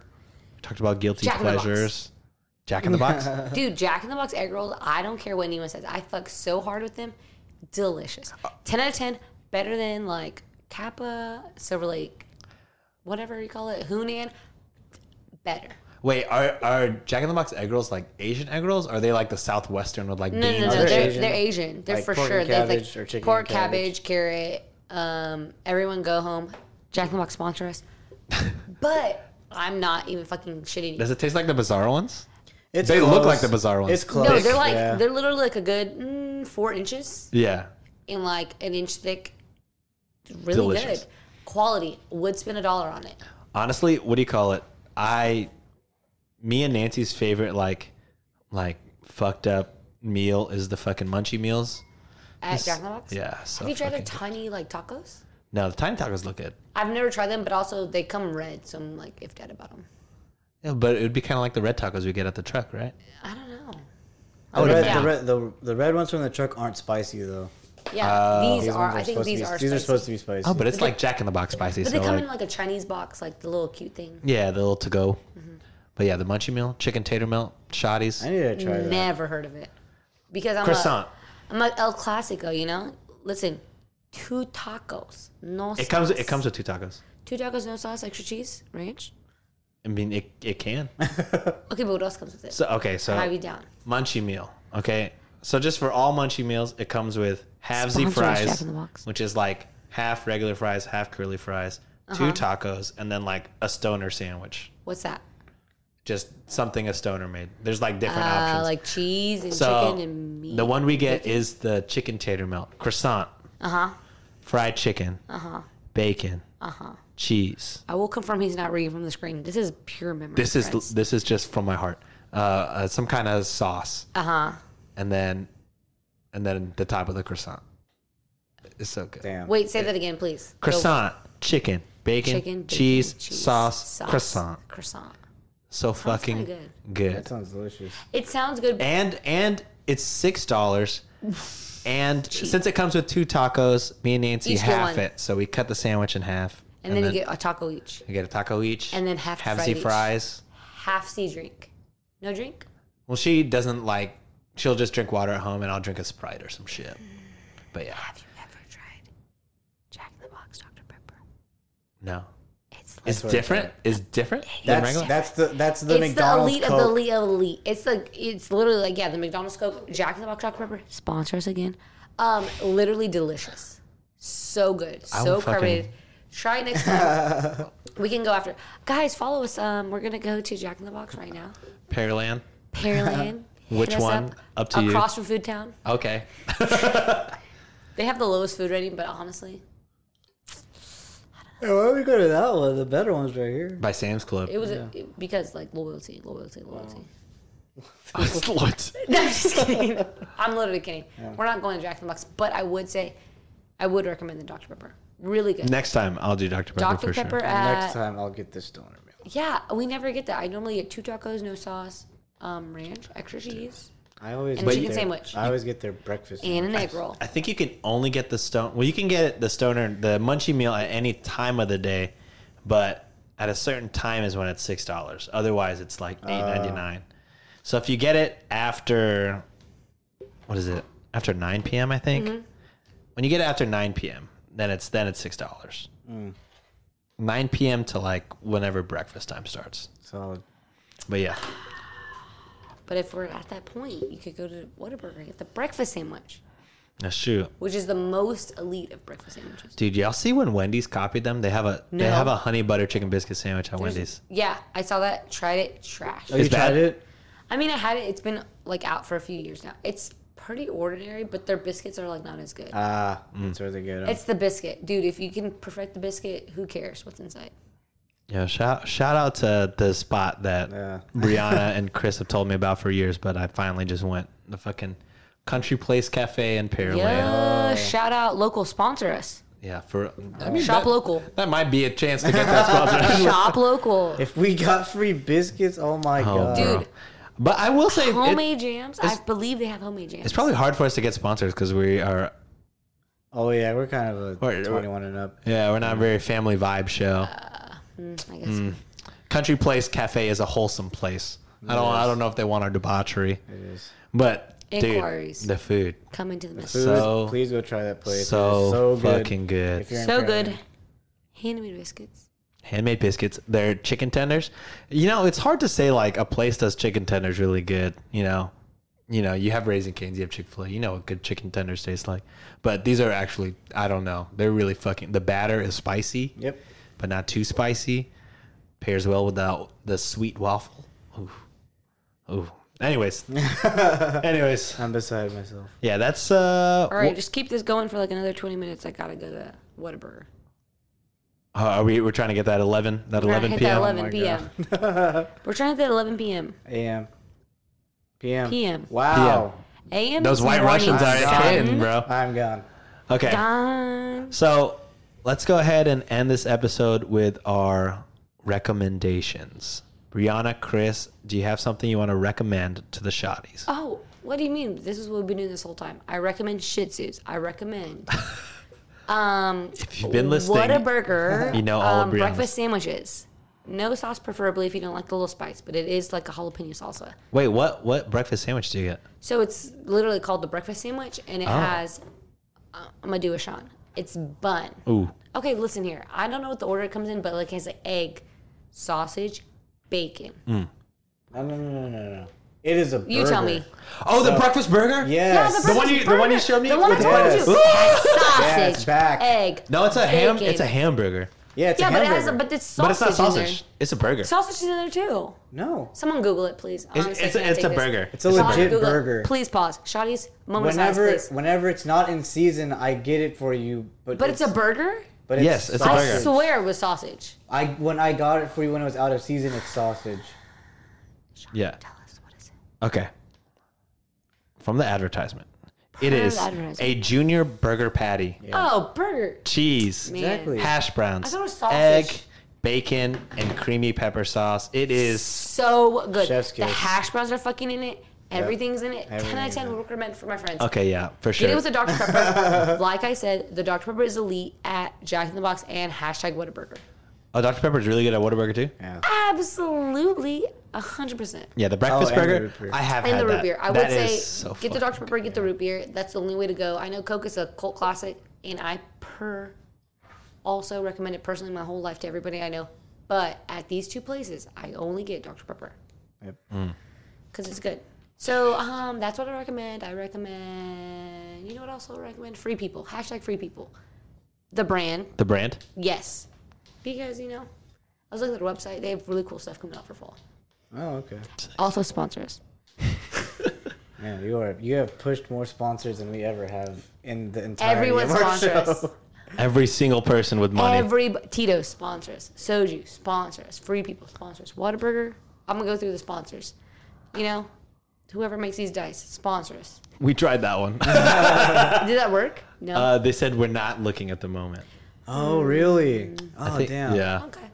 We talked about guilty Jack in the Box. pleasures. Jack in the box. Dude, Jack in the Box egg rolls, I don't care what anyone says. I fuck so hard with them. Delicious. 10 out of 10, better than like Kappa, Silver Lake, whatever you call it, Hunan. Better. Wait, are are Jack in the Box egg rolls like Asian egg rolls? Or are they like the southwestern with like No, beans? no, no. and They're, Asian. Asian. they're Asian. They're Like for pork and sure. They're like cabbage or chicken and pork, cabbage, cabbage. carrot. Um, everyone go home. Jack in the Box sponsor us. but I'm not even fucking shitting you. Does it taste like the bizarre ones? It's They look like the close. bizarre ones. It's close. No, they're like Yeah. they're literally like a good mm, four inches Yeah. and like an inch thick. It's really Delicious. good quality. Would spend a dollar on it. honestly, what do you call it? I, me and Nancy's favorite like, like fucked up meal is the fucking munchie meals. at Jack in the Box. Yeah. So Have you tried their fucking- tiny like tacos? no, the tiny tacos look good. I've never tried them, but also they come red, so I'm like if dead about them. Yeah, but it would be kind of like the red tacos we get at the truck, right? I don't know. Oh, The I would red, imagine. the, red, the, the red ones from the truck aren't spicy though. Yeah, Uh, these, These are. ones I think supposed to these be- are. These are spicy. supposed to be spicy. Oh, but it's like Jack in the Box spicy. But So they come like, in like a Chinese box, like the little cute thing. yeah, the little to go. Mm-hmm. But yeah, the munchie meal, chicken tater melt, shotties, I need to try that. Never heard of it because I'm croissant. A, I'm a El Clasico, you know. Listen, two tacos, no. It comes. It comes with two tacos. two tacos, no sauce, extra cheese, ranch. I mean, it, it can. Okay, but what else comes with it? So uh, okay, so I'd be down. munchie meal. Okay. So just for all munchie meals, it comes with halvesy Sponsor us, Jack fries, in the Box. which is like half regular fries, Uh-huh. half curly fries, two tacos, and then like a stoner sandwich. What's that? just something a stoner made. There's like different Uh, options. like cheese and so chicken and meat. the one we get is the chicken tater melt croissant, Uh huh. fried chicken, Uh-huh. bacon, cheese. I will confirm he's not reading from the screen. This is pure memory. This is friends. this is just from my heart. Uh, uh, some kind of sauce, Uh-huh. and then and then the top of the croissant. It's so good. Damn. Wait, say that again, please. Go. Croissant, chicken, bacon, Chicken, cheese, bacon, cheese, sauce, croissant. Croissant. So fucking pretty good. That sounds delicious. It sounds good. and and it's six dollars. And since it comes with two tacos, me and Nancy Each get half one. it, so we cut the sandwich in half, and then you get a taco each. we get a taco each, and then half half fried each. fries. Half sea drink. No drink? Well, she doesn't like. She'll just drink water at home, and I'll drink a sprite or some shit. But yeah, Have you ever tried Jack in the Box Dr. Pepper? no, It's like it's different. It's different. than That's regular? that's the that's the it's the McDonald's elite Coke. of the elite of elite. It's like it's literally like yeah, the McDonald's Coke, Jack in the Box Dr Pepper sponsors again. Um, literally delicious, so good, I so would fucking- carbonated. Try it next time. we can go after. Guys, follow us. Um, we're gonna go to Jack in the Box right now. Pearland. Pearland. hit Which us one? Up to you. Across from Food Town. Okay, They have the lowest food rating, but honestly, Hey, why don't we go to that one? The better one's right here. by Sam's Club. it was it- because like loyalty, loyalty, loyalty. What? No, I'm just kidding. I'm literally kidding. We're not going to Jack in the Box, but I would say, I would recommend the Dr. Pepper. Really good. Next time I'll do Dr Pepper. Dr. for sure. Pepper at. Next time I'll get this stoner meal. Yeah, we never get that. I normally get two tacos, no sauce, um, ranch, extra cheese, I always And a get chicken their- sandwich. I always get their breakfast. and an sandwich. egg roll. I think you can only get the stone. Well, you can get the stoner, the munchie meal at any time of the day, but at a certain time is when it's six dollars. Otherwise, it's like eight ninety nine. So if you get it after, what is it? After nine p.m. I think. When you get it after nine p.m., then it's then it's six dollars. Nine p.m. to like whenever breakfast time starts. Solid. But yeah, But if we're at that point, you could go to Whataburger and get the breakfast sandwich, now shoot. which is the most elite of breakfast sandwiches. Dude, y'all see when Wendy's copied them? They have a they No. have a honey butter chicken biscuit sandwich at Wendy's. Yeah, I saw that. Tried it. Trash. Oh, you It's bad. tried it? I mean, I had it. It's been like out for a few years now. It's pretty ordinary, but their biscuits are like not as good. Ah, Mm. that's where they get it. It's the biscuit, dude. If you can perfect the biscuit, who cares what's inside? Yeah, shout shout out to the spot that Yeah. Brianna and Chris have told me about for years, but I finally just went the fucking Country Place Cafe in Pearland. Yeah, shout out local sponsor us. Yeah, for I mean, Shop that- local. That might be a chance to get that sponsor, Shop local. If we got free biscuits, oh my god. dude. Bro. But I will say, it, homemade jams. I believe they have homemade jams. it's probably hard for us to get sponsors because we are Oh yeah, we're kind of a Wait, twenty-one and up. yeah we're not a very family vibe show. Mm, I guess. Country Place Cafe is a wholesome place. I don't I don't know if they want our debauchery, It is. but dude, Inquiries. the food Come into the mess. Food, So- please go try that place. It is so, good. fucking good. If you're in So good. Pearland. Handmade biscuits. Handmade biscuits. They're chicken tenders. You know, it's hard to say like a place does chicken tenders really good. You know, you know, you have Raising Canes, you have Chick Fil A. You know what good chicken tenders taste like. But these are actually, I don't know. They're really fucking. The batter is spicy, Yep. but not too spicy. Pairs well with the the sweet waffle. Ooh, ooh. Anyways, anyways, I'm beside myself. yeah, that's uh. All right, just keep this going for like another 20 minutes. I gotta go to Whataburger. wh- uh, are we we're trying to get that eleven that We're gonna hit eleven p.m. that Oh my 11 p.m. We're trying to hit that 11 p.m. A.M. P.M. PM. Wow. A.m. Those is white morning, Russians are son. hitting, bro. I'm gone. Okay. Done. So let's go ahead and end this episode with our recommendations. Brianna, Chris, do you have something you want to recommend to the shotties? Oh, what do you mean? This is what we've been doing this whole time. I recommend Shih Tzus. I recommend. Um, If you've been listening, what a burger! You know all of Brianna's. um, breakfast sandwiches. No sauce, preferably if you don't like the little spice, but it is like a jalapeno salsa. wait, what what breakfast sandwich do you get? So it's literally called the breakfast sandwich, and Oh. it has. Uh, I'm gonna do a Sean. It's bun. Ooh, Okay, listen here. I don't know what the order it comes in, but like it has like egg, sausage, bacon. Mm. No, no, no, no, no, no. It is a burger. You tell me. oh, the breakfast burger. Yeah, Yes. The one you- the one you burger. showed me The one I with told eggs. you. Yes. Sausage, Yeah, it's back. egg. No, it's a ham. bacon. It's a hamburger. Yeah, it's yeah, a but it hamburger. has, but it's sausage. But it's not In there. sausage. It's a burger. Sausage is in there too. no. Someone Google it, please. It's, Honestly, it's, I can't a, it's a take this. burger. It's a Someone legit Google it. burger. Please pause. Shotties, moment Whenever of silence, please. whenever it's not in season, I get it for you. But But it's, a burger. But it's Yes, it's a sausage. I burger. swear it was sausage. I when I got it for you when it was out of season, it's sausage. yeah. Tell us what is it. Okay. From the advertisement. It is advertisement. a junior burger patty, Oh, burger. cheese, Man. Exactly. hash browns, I thought it was sausage. egg, bacon, and creamy pepper sauce. It is So good. Chef's the kiss. hash browns are fucking in it. Everything's in it. Ten out of Everything's ten in it. would recommend for my friends. okay, yeah, for Get it sure. with the Dr. Pepper. like I said, the Dr. Pepper is elite at Jack in the Box and hashtag Whataburger. oh, Dr Pepper is really good at Whataburger too. Yeah. Absolutely, hundred percent. Yeah, the breakfast Oh, and the burger. root beer. I have And had the root that. beer. I That would say is so get the fucking- Dr. Pepper, get the root beer. That's the only way to go. I know Coke is a cult classic, and I per also recommend it personally my whole life to everybody I know. But at these two places, I only get Dr. Pepper Yep. because it's good. So um, that's what I recommend. I recommend. You know what else I recommend? Free people. Hashtag free people. The brand. The brand. Yes. Because, you know, I was looking at their website. They have really cool stuff coming out for fall. Oh, okay. Also sponsor us. Man, you are you have pushed more sponsors than we ever have in the entire Everyone sponsor us. Every single person with money. Every Tito's sponsors. Soju sponsors. Free people sponsors. Whataburger. I'm gonna go through the sponsors. You know, whoever makes these dice sponsors. we tried that one. Did that work? No. uh, they said we're not looking at the moment. Oh, really? Mm. I Oh, think- damn. Yeah. okay.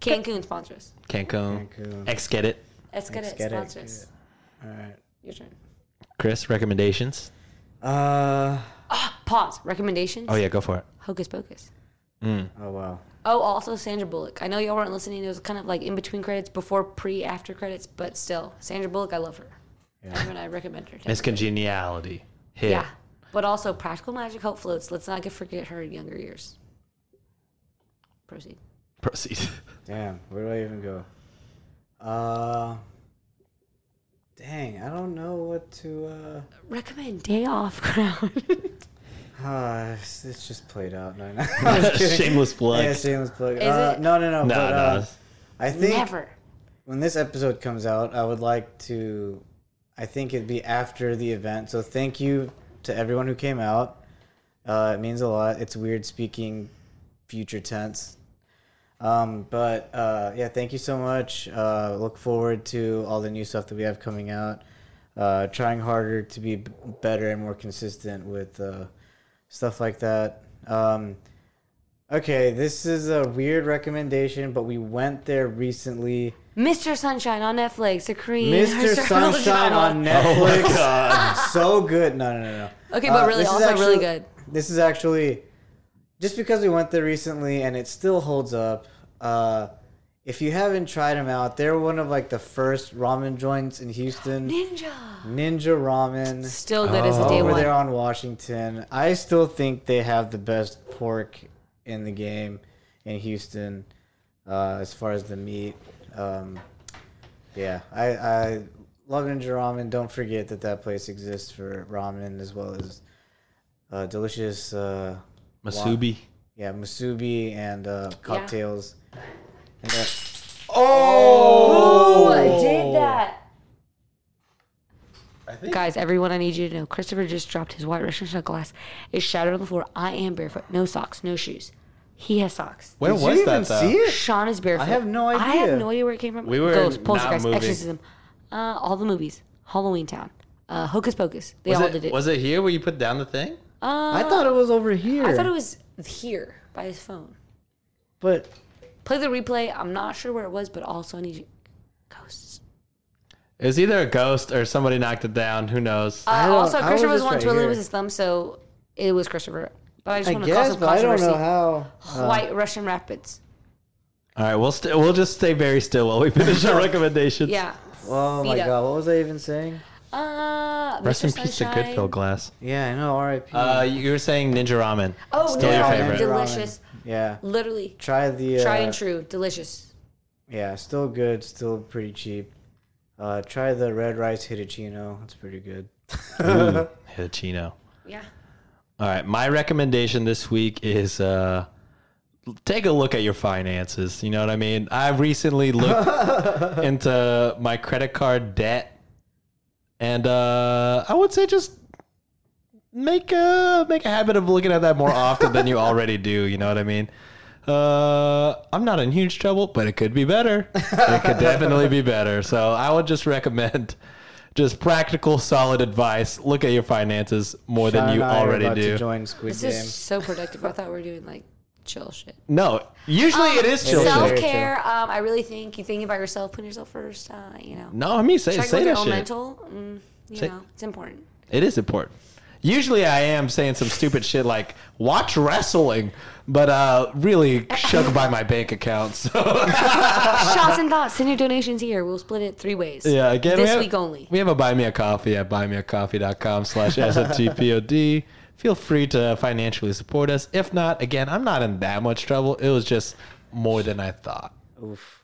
Cancun sponsors. Cancun. Cancun. X get it. Escadet Escadet, sponsors. All right. Your turn. Chris, recommendations? Uh. Pause. Recommendations. Oh yeah, go for it. Hocus pocus. Oh wow. Oh, also Sandra Bullock. I know y'all weren't listening. It was kind of like in between credits, before, pre, after credits, but still, Sandra Bullock. I love her. Yeah. And I recommend her. to Miss Congeniality. Hit. Yeah. But also Practical Magic Hope Floats. Let's not get forget her younger years. Proceed. Proceed. Damn. Where do I even go? Uh. Dang, I don't know what to. uh... Recommend Day Off Crown. Is Ah, it's, it's just played out. No, no. Shameless plug. Yeah, shameless plug. Is Uh, it? No, no, no. No, but, no. uh, I think Never. when this episode comes out, I would like to. I think it'd be after the event. So thank you to everyone who came out. Uh, it means a lot. It's weird speaking future tense. Um, but uh, yeah, thank you so much. Uh, look forward to all the new stuff that we have coming out. Uh, trying harder to be b- better and more consistent with uh, stuff like that. Um, okay, this is a weird recommendation, but we went there recently. Mr. Sunshine on Netflix. A Korean. Mr. historical Sunshine drama. on Netflix. so good. No, no, no, no. Uh, Okay, but really, this is also really actu- good. This is actually just because we went there recently and it still holds up. Uh, if you haven't tried them out, they're one of like the first ramen joints in Houston. Ninja. Ninja Ramen Still good as a day over one. there on Washington. I still think they have the best pork in the game in Houston, uh, as far as the meat. Um, yeah, I, I love Ninja Ramen. Don't forget that that place exists for ramen as well as uh, delicious, uh, Masubi. yeah, musubi and uh, cocktails. And they're- Oh, I did that. Guys, everyone, I need you to know Christopher just dropped his white Russian shot glass. It shattered on the floor. I am barefoot. No socks, no shoes. He has socks. Where Did was you even that though? see it? Sean is barefoot. I have no I idea. have no idea where it came from. We were Ghost, not Poltergeist, moving. Exorcism, uh, all the movies, Halloween Town, uh, Hocus Pocus. They Was all it, did it. was it here where you put down the thing? I thought it was over here, I thought it was here by his phone. but Play the replay. I'm not sure where it was, but also I need you. Ghosts. It was either a ghost or somebody knocked it down. Who knows? Uh, don't- also, I was Christopher was just once right really here. with his thumb, so it was Christopher. But I just I want to cause guess. some But I don't controversy. know how. uh, White Russian Rapids. All right, we'll st- we'll just stay very still while we finish our recommendations. Yeah. Oh my Speed up. god, what was I even saying? Uh, Rest Mr. in peace to Sunshine. Goodfield Glass. Yeah, I know. R.I.P. Uh, you were saying Ninja Ramen. Oh, Still Ninja your Ramen. favorite. delicious. Yeah. Literally. Try the. Uh, Tried and true. Delicious. Yeah, still good. Still pretty cheap. Uh, try the red rice hitachino. It's pretty good. Ooh, Hitachino. Yeah. All right, my recommendation this week is uh, take a look at your finances. You know what I mean? I recently looked into my credit card debt, and uh, I would say just make a make a habit of looking at that more often than you already do. You know what I mean? Uh, I'm not in huge trouble, but it could be better. It could definitely be better. So I would just recommend just practical, solid advice. Look at your finances more than Sean you and I are already about do. To join Squid This Game. is so productive. I thought we were doing like chill shit. No, usually it is chill. shit. Self care. Um, I really think you thinking about yourself, putting yourself first. Uh, you know, No, I mean say check say with your that own shit. mental. Mm, you Say- know, it's important. It is important. Usually I am saying some stupid shit like watch wrestling, but uh really shook by my bank account. So Shots and thoughts. Send your donations here. We'll split it three ways. yeah, again we this have, week only. We have a buy me a coffee at buymeacoffee.com slash SFTPOD. Feel free to financially support us. If not, again, I'm not in that much trouble. It was just more than I thought. Oof.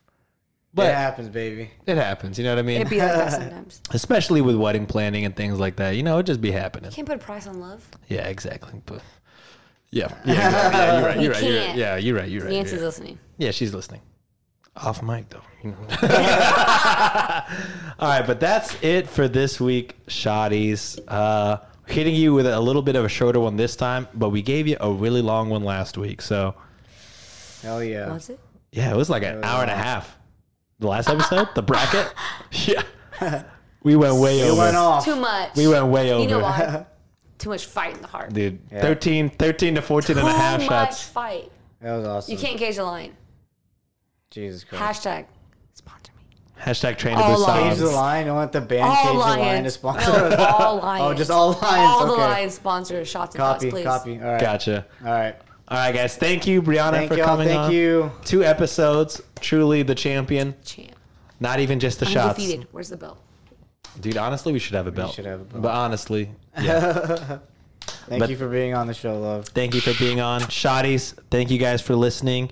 But it happens, baby. it happens, you know what I mean? It'd be like that sometimes. Especially with wedding planning and things like that. You know, it just be happening. Can't put a price on love. Yeah, exactly. But yeah, yeah, yeah, you're right. You're right. You're right. can't. Yeah, you're right. You're right. Nancy's yeah. listening. yeah, she's listening. Off mic though. you know. All right, but that's it for this week, shotties. Uh, hitting you with a little bit of a shorter one this time, but we gave you a really long one last week. So Hell yeah. Was it? yeah, it was like an hour and a half. The last episode, the bracket. Yeah, we went way It over. went off. Too much. We went way over. You know why? Too much fight in the heart. Dude, 13, 13 to 14 and a half Too shots. much fight. That was awesome. You can't cage the lion. Jesus Christ. Hashtag sponsor me. Hashtag train to All Busan. lies. Cage the line. You want the band All Cage lions. the Line to sponsor? No, all lions. Oh, just all lions, All the okay. lions sponsor shots and copy, thoughts, please. copy. All right. Gotcha. All right. All right, guys. Thank you, Brianna, Thank for y'all. coming Thank on. you. Two episodes. Truly the champion. Champ. Not even just the shots. Undefeated. Where's the belt? Dude, honestly, we should have a belt. should have a belt. But honestly, yeah. Thank But- you for being on the show, love. thank you for being on. Shotties, thank you guys for listening.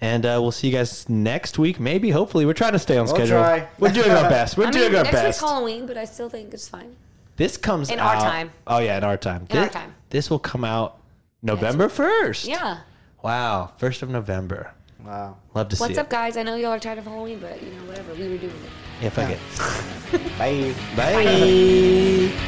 And uh, we'll see you guys next week. Maybe, hopefully. We're trying to stay on We'll schedule. try. We're doing our best. We're I doing mean, our next best. week's Halloween, but I still think it's fine. This comes In our out. time. Oh, yeah, in our time. In this, our time. This will come out November 1st. Yeah. Wow. 1st of November. Wow. Love to see What's it. up, guys? I know y'all are tired of Halloween, but you know, whatever. We were doing it. Yeah, fuck it. Bye. Bye.